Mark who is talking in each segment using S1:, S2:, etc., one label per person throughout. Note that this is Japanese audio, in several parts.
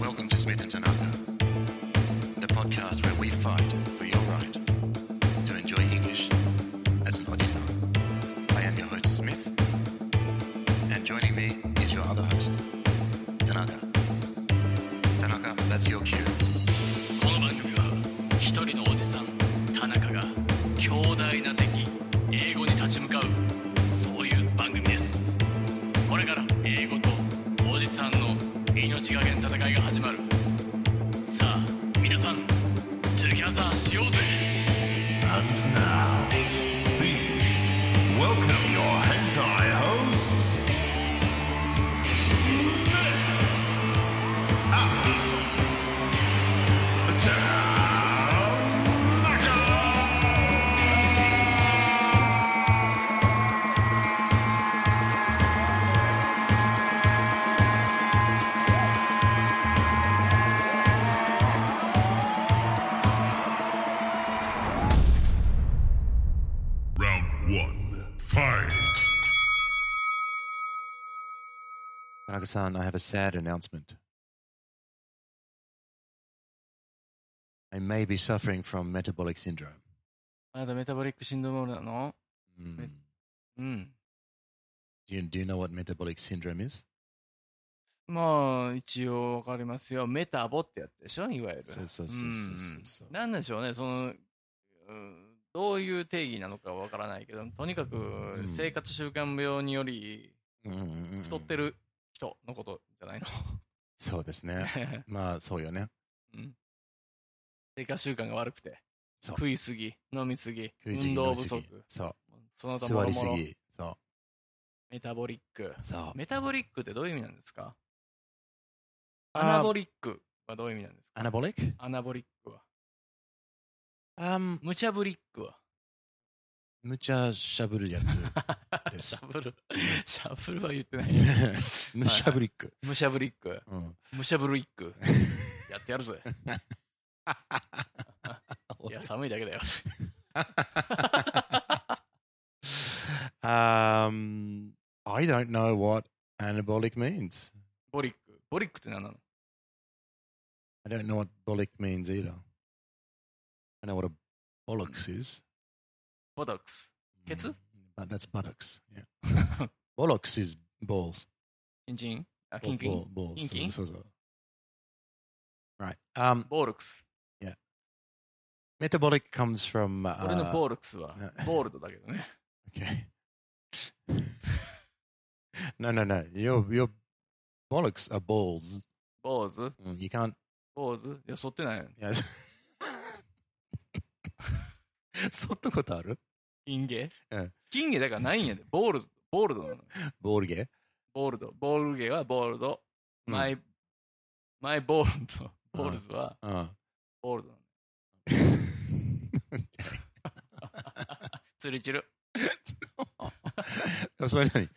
S1: Welcome to Smith and Tanaka, the podcast where we fight for your right to enjoy English as an Odissan. I am your host, Smith, and joining me is your other host, Tanaka. Tanaka, that's your cue.
S2: この番組は一人のおじさん田中が強大な敵英語に立ち向かうそういう番組ですこれから英語とおじさんの命がけの戦いが始まるさあ皆さんトゥギャザーしようぜ
S3: And now, please welcome your hentai hosts, Smith Ah. and Tanaka. Round one, fight.
S1: Tanaka san, I have a sad announcement. I may be suffering from metabolic syndrome.
S4: あなたメタボリックシンドロームなの
S1: Mm.
S4: Met- うん。
S1: Do, you, do you know what metabolic syndrome is?
S4: まあ、一応わかりますよ。メタボってやつでしょいわゆる。
S1: そうそうそうそうそうそうん
S4: なんでしょうね、その、うんどういう定義なのかわからないけど、とにかく
S1: ん
S4: 生活習慣病により太ってる人のことじゃないの。
S1: そうですね。まあ、そうよね。
S4: うん 生活習慣が悪くて。
S1: そう
S4: 食いすぎ、飲みすぎ、
S1: 食いすぎ
S4: 運動
S1: 飲み
S4: 不
S1: すぎ
S4: 足、
S1: そ
S4: その
S1: う。
S4: 他
S1: 座
S4: もろ
S1: り
S4: も
S1: す
S4: ろ
S1: ぎ。そ
S4: メタボリック。
S1: う。そう。
S4: メタボリックってどういう意味なんですか
S1: あー
S4: アナボリックはどういう意味なんですか
S1: Anabolic?
S4: アナボリックは。
S1: Um,
S4: ムチャブリックは。
S1: むちゃしゃぶるやつで
S4: シ
S1: す。
S4: ャブル。シャブ ルは言ってない。
S1: むしゃぶりっく。
S4: ムシャブリック。
S1: うん。
S4: ムシャブリック。やってやるぜ。いや、寒いだけ だよ。
S1: um, I don't know what anabolic means.
S4: ボリック。ボリックって何なの
S1: I don't know what bollock means either. I know what a bollocks is. Mm.
S4: ボトックス。ケツ
S1: But that's buttocks. Yeah. bollocks is balls.
S4: キンチンあ、キンキ
S1: Ball-
S4: ン。
S1: balls.
S4: キンキン
S1: So- so- so. Right. Um,
S4: ボールクス。
S1: metabolic comes from. Uh,
S4: 俺のボールクスは
S1: あ、
S4: ボールドだけどね。
S1: Okay. no, no, no. Your your bollocks are balls.
S4: 坊主
S1: Mm, You can't.
S4: 坊主いや、剃ってないよ。
S1: Yes. そったことある
S4: 金毛
S1: うん
S4: 金毛だからないんやで。ボール、ボールドなの。
S1: ボールゲ
S4: ボールド。ボール毛はボールド。
S1: うん
S4: マイ、マイボールド。ボールズは
S1: ー。うん。
S4: ボールドなの。釣り散る。
S1: それ何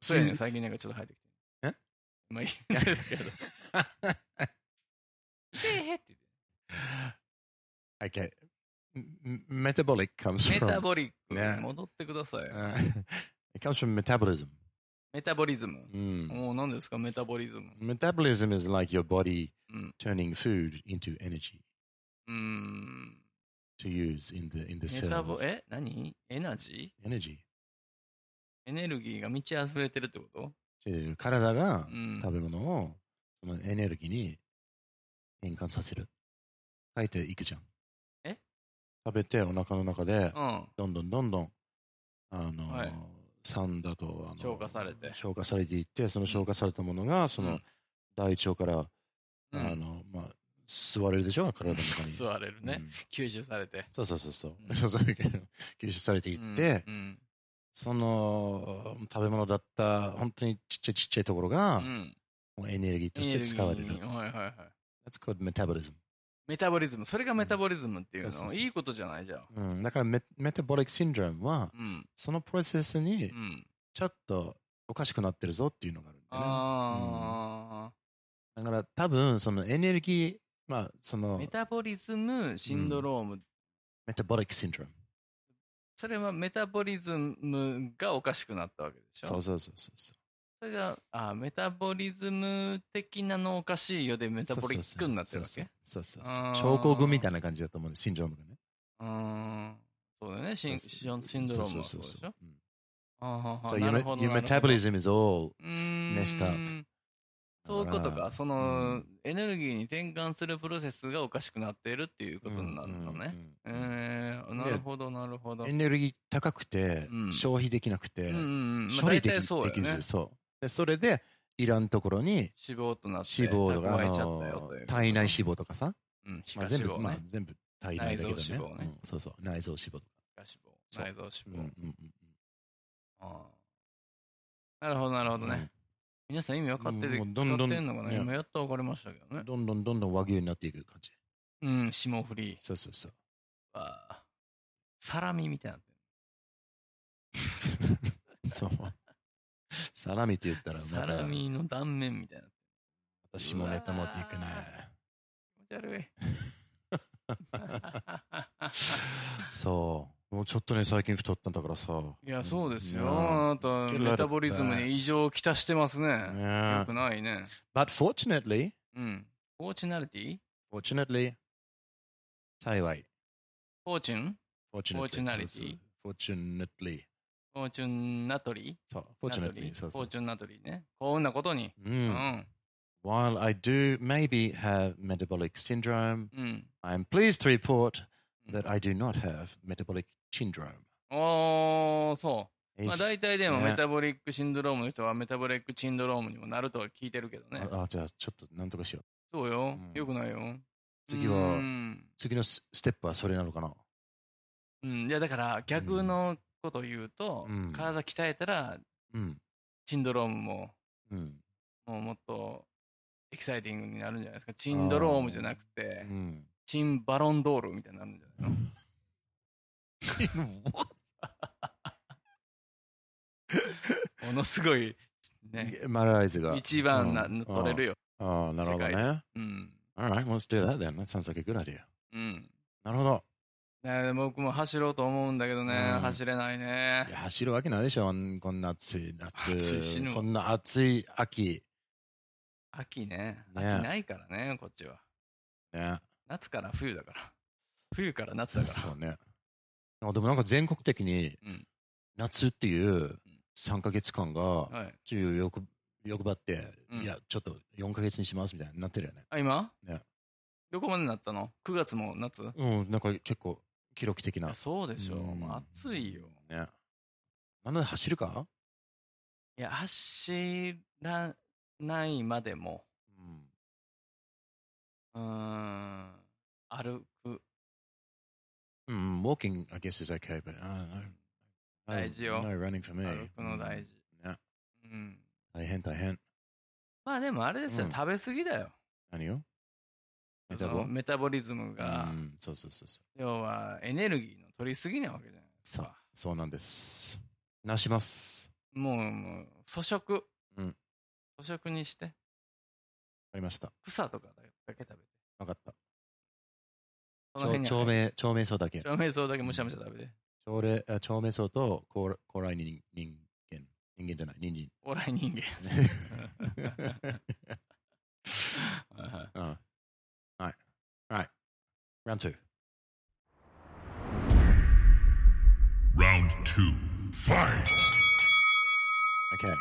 S4: そうやね、最近なんかちょっと入ってきて。
S1: え
S4: まあいいんです けど。へへって
S1: okay. M- metabolic comes
S4: 言って
S1: from.
S4: メタボリック。
S1: ね
S4: 戻ってください。
S1: Uh, it comes from metabolism.
S4: メタボリズム。
S1: Mm.
S4: もう何ですか、メタボリズム。
S1: Metabolism is like your body
S4: Mm.
S1: turning food into energy
S4: うーん。
S1: to use in the in the
S4: メタボ
S1: cells.、
S4: え何エナジ
S1: energy.
S4: ーエネルギーが満ち溢れてるってこと
S1: で体が
S4: うん
S1: 食べ物をそのエネルギーに変換させる。書いていくじゃん。
S4: え
S1: 食べてお腹の中で
S4: うん。
S1: どんどんどんどんあのー、
S4: はい
S1: さんだとあの
S4: 消化されて
S1: 消化されていってその消化されたものがその、
S4: うん
S1: 大腸から、
S4: うん
S1: あのまあ吸われるでしょ体の中 に
S4: 座れるね、
S1: うん
S4: 吸収されて
S1: そうそうそうそう、
S4: うん
S1: そういう吸収されていって、
S4: うん
S1: その食べ物だった本当にちっちゃいちっちゃいところが、
S4: うん
S1: もうエネルギーとして使われる
S4: エネルギーはいはいはい
S1: That's called metabolism、
S4: メタボリズムそれがメタボリズムっていう
S1: う
S4: の、
S1: んそうそうそう
S4: いいことじゃないじゃん
S1: うん、だからメメタボリックシンドロームは
S4: うん
S1: そのプロセスに
S4: うん
S1: ちょっとおかしくなってるぞっていうのがあるんだよね、
S4: あ
S1: だから多分そのエネルギー、まあそ
S4: あ
S1: の
S4: メタボリズムシンドローム、
S1: メタボリックシンドローム。
S4: それはメタボリズムがおかしくなったわけでしょ
S1: そうそうそうそうそう。
S4: それがあメタボリズム的なのおかしいよでメタボリックになってるわけ
S1: そうそうそう
S4: あー
S1: 症候群みたいな感じだと思うんです、シンドロームがね。
S4: うーんそうだよねシンシンシンドロームはそうでしょ
S1: うん
S4: あーはーは
S1: So
S4: ー
S1: your,
S4: なるほど
S1: your
S4: なるほど
S1: metabolism is all
S4: うーん
S1: messed up
S4: そういうことかその、
S1: うん
S4: エネルギーに転換するプロセスがおかしくなっているっていうことになるのね、
S1: うんうんうん
S4: えー、なるほどなるほど
S1: エネルギー高くて、
S4: うん
S1: 消費できなくて、
S4: うんうんうんまあ
S1: 処理
S4: 大
S1: で
S4: 体
S1: き
S4: そう
S1: で
S4: だ
S1: き
S4: よね
S1: ず、そう。でそれで、いらんところに
S4: 脂肪となって
S1: 脂肪とか、
S4: 蓄
S1: あ
S4: えちゃったよ
S1: の
S4: という
S1: 体内脂肪とかさ、
S4: うん、皮下
S1: まあ、
S4: 脂
S1: 全部、
S4: 肪ね、
S1: まあ、全部体内だけどね
S4: 内臓脂肪ね
S1: うんそうそう、内臓脂肪とか。
S4: 皮
S1: そう
S4: 下脂肪内臓
S1: う
S4: 脂
S1: ん
S4: 肪、
S1: うんうん
S4: ああなるほどなるほどね、
S1: うん
S4: 皆さん意味分かってて
S1: も
S4: 使
S1: う
S4: っ
S1: どんどん
S4: てんのかな
S1: ね
S4: 今やっと分かりましたけどね
S1: どんどんどんどん和牛になっていく感じ。
S4: うん霜降り
S1: そうそうそう。
S4: はサラミみたいになってる
S1: そう。 サラミって言ったら、
S4: サラミの断面みたいになって
S1: 私もネタ持っていくね。
S4: る気持ち悪い
S1: そう。もうちょっとね、最近太ったんだからさ。
S4: いやそうですよ、
S1: うん
S4: あなたメタボリズムに異常をきたしてますね
S1: ね
S4: よくないね
S1: But fortunately,
S4: うんフォーチュナリティ
S1: fortunately, 幸い。
S4: フォーチュン
S1: fortunately.
S4: Fortunality？
S1: そうそう fortunately.
S4: フォーチュンナトリ
S1: そう、
S4: ナトリ
S1: fortunately. そう
S4: フ
S1: そ
S4: ォー
S1: う
S4: チ。ュンナトリね幸運なことに
S1: う。
S4: うんん
S1: While I do maybe have metabolic syndrome,
S4: うん、
S1: I'm pleased to report
S4: うん
S1: that I do not have metabolic syndrome.
S4: おー、そう。まあ
S1: It's-
S4: 大体でも
S1: ね
S4: メタボリックシンドロームの人はメタボリックシンドロームにもなるとは聞いてるけどね。
S1: ああ、じゃあちょっとなんとかしよう。
S4: そうよ
S1: うん。
S4: よくないよ。
S1: 次は
S4: うん。
S1: 次のスステップはそれなのかな
S4: うんいやだから逆のことを言うと、
S1: うん
S4: 体鍛えたら
S1: うん。
S4: シンドロームも
S1: うん。
S4: もうもっとエキサイティングになるんじゃないですか。チンドロームじゃなく
S1: う
S4: て、
S1: ん。
S4: チンバロンドールみたいになるんじゃないのものすごい、 ね、
S1: マラライズが。
S4: 一番な、
S1: うん
S4: 取れるよ。
S1: ああ、なるほど
S4: 世界
S1: ね。
S4: うん。
S1: Alright, let's do that then. That sounds like a good idea.
S4: うん。
S1: なるほど。
S4: ねえ、僕も走ろうと思うんだけどね、
S1: うん
S4: 走れないね
S1: いや。走るわけないでしょ。こんこんな暑い夏。
S4: 暑い死ぬわ
S1: こんな暑い秋。
S4: 秋ね。
S1: ね
S4: 秋ないからね、こっちは。
S1: ね。
S4: 夏から冬だから。冬から夏だから。
S1: そうね。あでもなんか全国的に
S4: うん、
S1: 夏っていう3ヶ月間が、
S4: はい。
S1: ちょっと欲欲張って、
S4: うん
S1: いや、ちょっと4ヶ月にしますみたいになってるよね。
S4: あ、今
S1: ね
S4: どこまでなったの ?9 月も夏
S1: うん、なんか結構記録的な
S4: あ。そうでしょ。
S1: うん
S4: もう暑いよ。
S1: ね。なので走るか
S4: いや、走らないまでも、
S1: うん。
S4: うーん、歩く。
S1: Mm, walking, I guess, is okay, but I don't know. No,
S4: Daiji, yo.
S1: no running for me.
S4: 歩くの大事。
S1: ね
S4: うん。
S1: 大変大変。
S4: まあでもあれですよ、
S1: うん
S4: 食べ過ぎだよ。
S1: 何よメタ
S4: そ
S1: ボ
S4: のメタボリズムが。
S1: うん、そうそうそうそう。
S4: 要はエネルギーの取りすぎなわけじゃないです
S1: そう
S4: か。、
S1: そうなんです。なします。
S4: もう、もう、粗食。
S1: うん
S4: 粗食にして、
S1: わかりました。
S4: 草とかだけ食べて。
S1: わかった。
S4: その辺に
S1: ちょ
S4: は
S1: うめ長命草だけ。
S4: 長命草だけむしゃむしゃ食べて。
S1: 長れあ長命草と高高麗人人間。人間じゃない、人参。
S4: おらい人間。
S1: うんはい。はい。Round 2.
S3: Round two. Fight.
S1: Okay.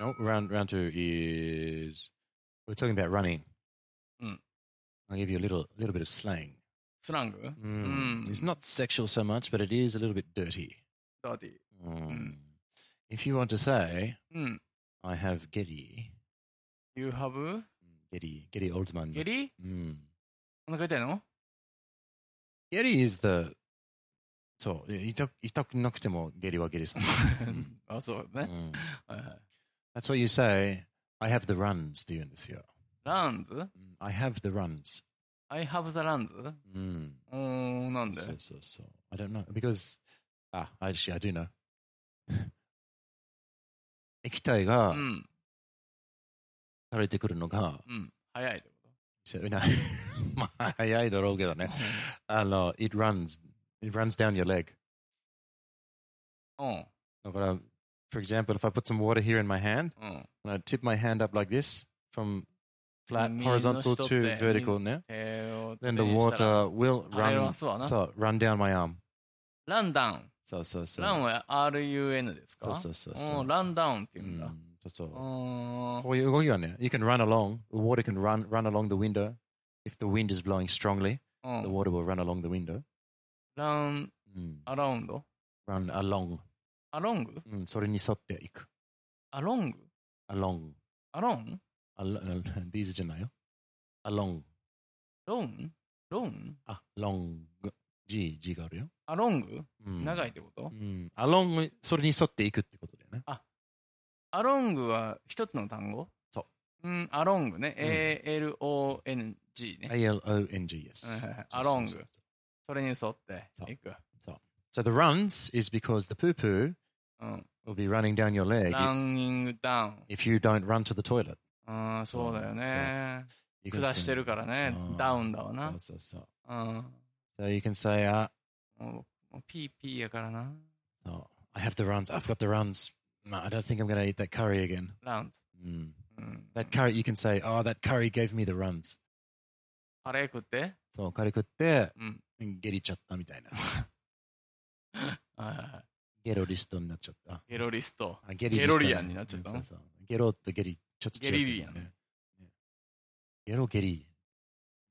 S1: No, round round two is we're talking about running.
S4: Mm.
S1: I'll give you a little little bit of slang.
S4: スラング
S1: Mm. It's
S4: な。
S1: not sexual so much, but it is a little bit dirty.
S4: ダーティー。
S1: Mm.
S4: Mm.
S1: If you want to say,
S4: うん。
S1: I have Getty,
S4: You have?
S1: Getty, Getty Oldman.
S4: ゲリ
S1: Mm.
S4: お腹痛いの
S1: Getty is the. そう、い痛く痛くなくてもゲリはゲリ さん。うん
S4: あ、そう
S1: う
S4: だね。
S1: ん
S4: はいは
S1: Mm.
S4: い
S1: That's what you say. I have the runs って言うんですよ。
S4: ランズ
S1: Mm. I have the runs.
S4: ?I have the runs?
S1: うん。
S4: うーん、なんで
S1: So, so, so. I don't know. Because, ah, actually, I do know. 液体
S4: う
S1: が
S4: ん、
S1: 垂れてくるのが、
S4: うん。早いってこ
S1: そう なまあ、早いだろうけど
S4: と
S1: ね。あの、it runs, it runs down your leg.
S4: うん、
S1: だから、for example, if I put some water here in my hand,
S4: うん。
S1: and I tip my hand up like this, from flat,
S4: 右の
S1: horizontal
S4: 人っ
S1: to
S4: て
S1: vertical ね、
S4: 手を
S1: then the
S4: 手にしたら
S1: water will
S4: あれは
S1: run,
S4: そうだな。
S1: そう、run down my arm.
S4: ランダウン。
S1: そうそうそう。
S4: ランは RUN ですか
S1: そうそうそうそう
S4: うんランダウンって
S1: う
S4: 言うんだ。
S1: んそうそ
S4: Oh.
S1: う。
S4: うん
S1: こういう動きはね、you can run along, the water can run, run along the window. If the wind is blowing strongly,
S4: う
S1: the
S4: ん。
S1: water will run along the window.
S4: ラン、
S1: うん、
S4: アラウンド
S1: run along、
S4: アロング
S1: うん。それに沿っていく。
S4: アロング
S1: along。
S4: アロン
S1: al- ビーズじゃないよ。along。
S4: ロンロン
S1: あ、long。G、G があるよ。
S4: アロング
S1: うん、
S4: 長いっ。てこと
S1: うん。along、それに沿っていくってことだよね。
S4: アロングは一つの単語。
S1: そう
S4: うん、アロングね。
S1: うん
S4: A-L-O-N-G ね。
S1: A-L-O-N-G、
S4: はいはい
S1: yes.
S4: はい along
S1: そうそうそう
S4: それに沿って
S1: そう
S4: いく。
S1: So the runs is because the poo poo
S4: うん。
S1: will be running down your leg
S4: ランニングダウン。
S1: if you don't run to the toilet.
S4: ああ、そうだよね。
S1: You can
S4: 下
S1: sing-
S4: してるからね
S1: そ。う
S4: ダウンだわな
S1: そう。そうそう。
S4: うん。
S1: So you can say, uh,
S4: もう、もうピーピーやからな。
S1: oh, I have the runs. I've got the runs. No, I don't think I'm going to eat that curry again.
S4: ラウンズ。
S1: Mm.
S4: うん。
S1: That curry, you can say, oh, that curry gave me the runs.
S4: カレー食って
S1: そう、カレー食って、
S4: うん。
S1: ゲリちゃったみたいな。
S4: はいはいはい
S1: ゲロリストになっちゃった。
S4: ゲロリスト。
S1: あゲリリス
S4: ゲロ
S1: ト
S4: リアンになっちゃった
S1: う
S4: の
S1: んそうそうゲロとゲリ、ちょっと違うけどね
S4: ゲリリアン
S1: ねゲロ、ゲリ、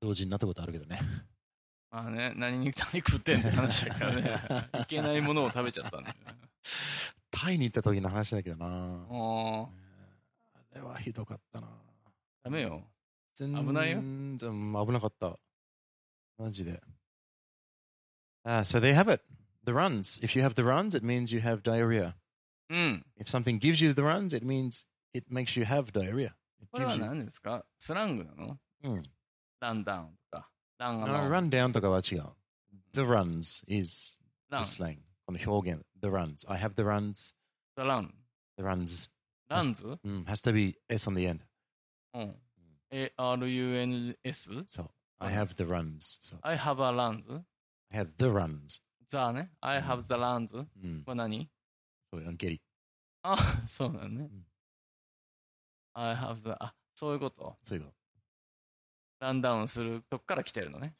S1: 同時になったことあるけどね。
S4: まあね、何に何食ってんって話だから ね。いけないものを食べちゃったんだよね。
S1: タイに行った時の話だけどな。
S4: もう、
S1: あれはひどかったな。
S4: ダメよ。
S1: 全
S4: 危ないよ
S1: 然危なかった。マジで。Ah, so they have it. The runs. If you have the runs, it means you have diarrhea.
S4: うん。
S1: If something gives you the runs, it means it makes you have diarrhea. It
S4: これは
S1: gives you-
S4: 何ですかスラングなの
S1: うん。
S4: ランダウンとか。ランア
S1: No,
S4: ラウ
S1: run
S4: ン
S1: down とかは違う。The
S4: Mm-hmm.
S1: runs is
S4: ラン
S1: the。slang. この表現。The runs. I have the runs.
S4: ザラン。
S1: The runs.
S4: ランズ
S1: うん。Has to be S on the end.
S4: うん。A-R-U-N-S?
S1: So, I have the runs. So,
S4: I have a runs?
S1: I have the runs. Mm.
S4: ザね。I have the runs? こ
S1: うん。
S4: れ何
S1: そうよゲリ。
S4: あ、 そうだね
S1: ん。
S4: I have the, あ、そういうこと。
S1: そういうこと。
S4: ランダウンするとこから来てるのね。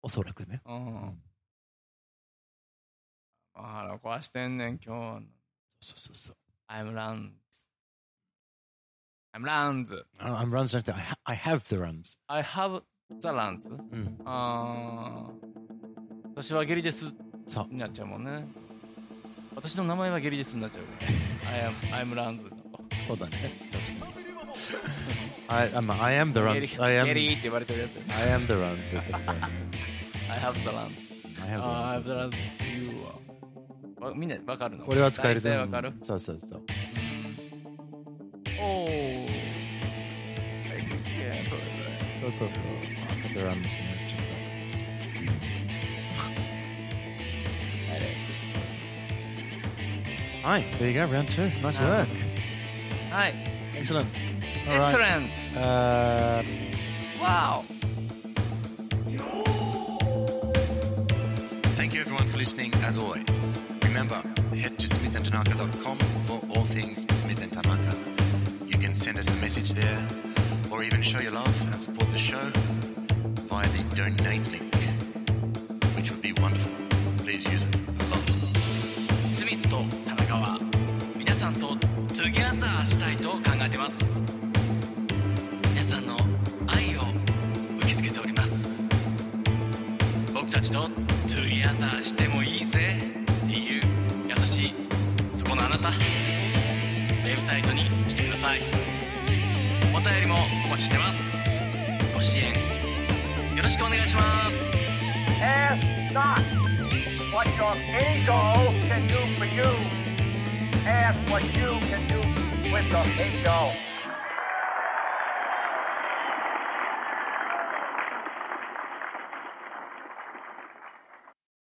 S1: おそらくね。
S4: うん。
S1: ん
S4: あ腹壊してんねん、今日。
S1: そうそうそう。
S4: I'm runs. I'm runs.
S1: I- Uh, I'm runs じゃなくて、I, ha- I have the runs.
S4: I have the runs.
S1: うん。
S4: あー私はゲリです
S1: そう。
S4: になっちゃうもんね。私の名前はゲリですになっち ゃうから。I am, I'm runs.
S1: そうだね。確かに。I, I'm, I am the
S4: ゲリ
S1: runs. I
S4: ゲ
S1: am,
S4: リって言われてるやつ。
S1: I am the runs. そうそうそう
S4: I have the runs.
S1: I have the
S4: Oh, I have
S1: runs.
S4: the runs. You are. わみんなわかるの
S1: これは使えると
S4: 大
S1: 思う
S4: 体わかる
S1: そうそうそう。
S4: おお。いやそうですね
S1: そうそうそう。I have the runs ね。ちょっと。Hi, there you go, round two. Nice
S4: Ah.
S1: work.
S4: はい。
S1: Excellent. All right.
S4: Excellent!
S1: Uh,
S4: Wow!
S5: Thank you everyone for listening as always. Remember, head to smithandtanaka.com for all things Smith and Tanaka. You can send us a message there or even show your love and support the show via the donate link, which would be wonderful. Please use it a lot.
S2: スミスと田中は皆さんとトゥギャザーしたいと考えてます皆さんの愛を受け付けております僕たちとトゥギャザーしてもいいぜっていう優しいそこのあなたサイトに来てくださいお便りもお待ちしてますご支援よろしくお願いします
S6: Ask not what your ego can do for you. Ask what you can do with your ego.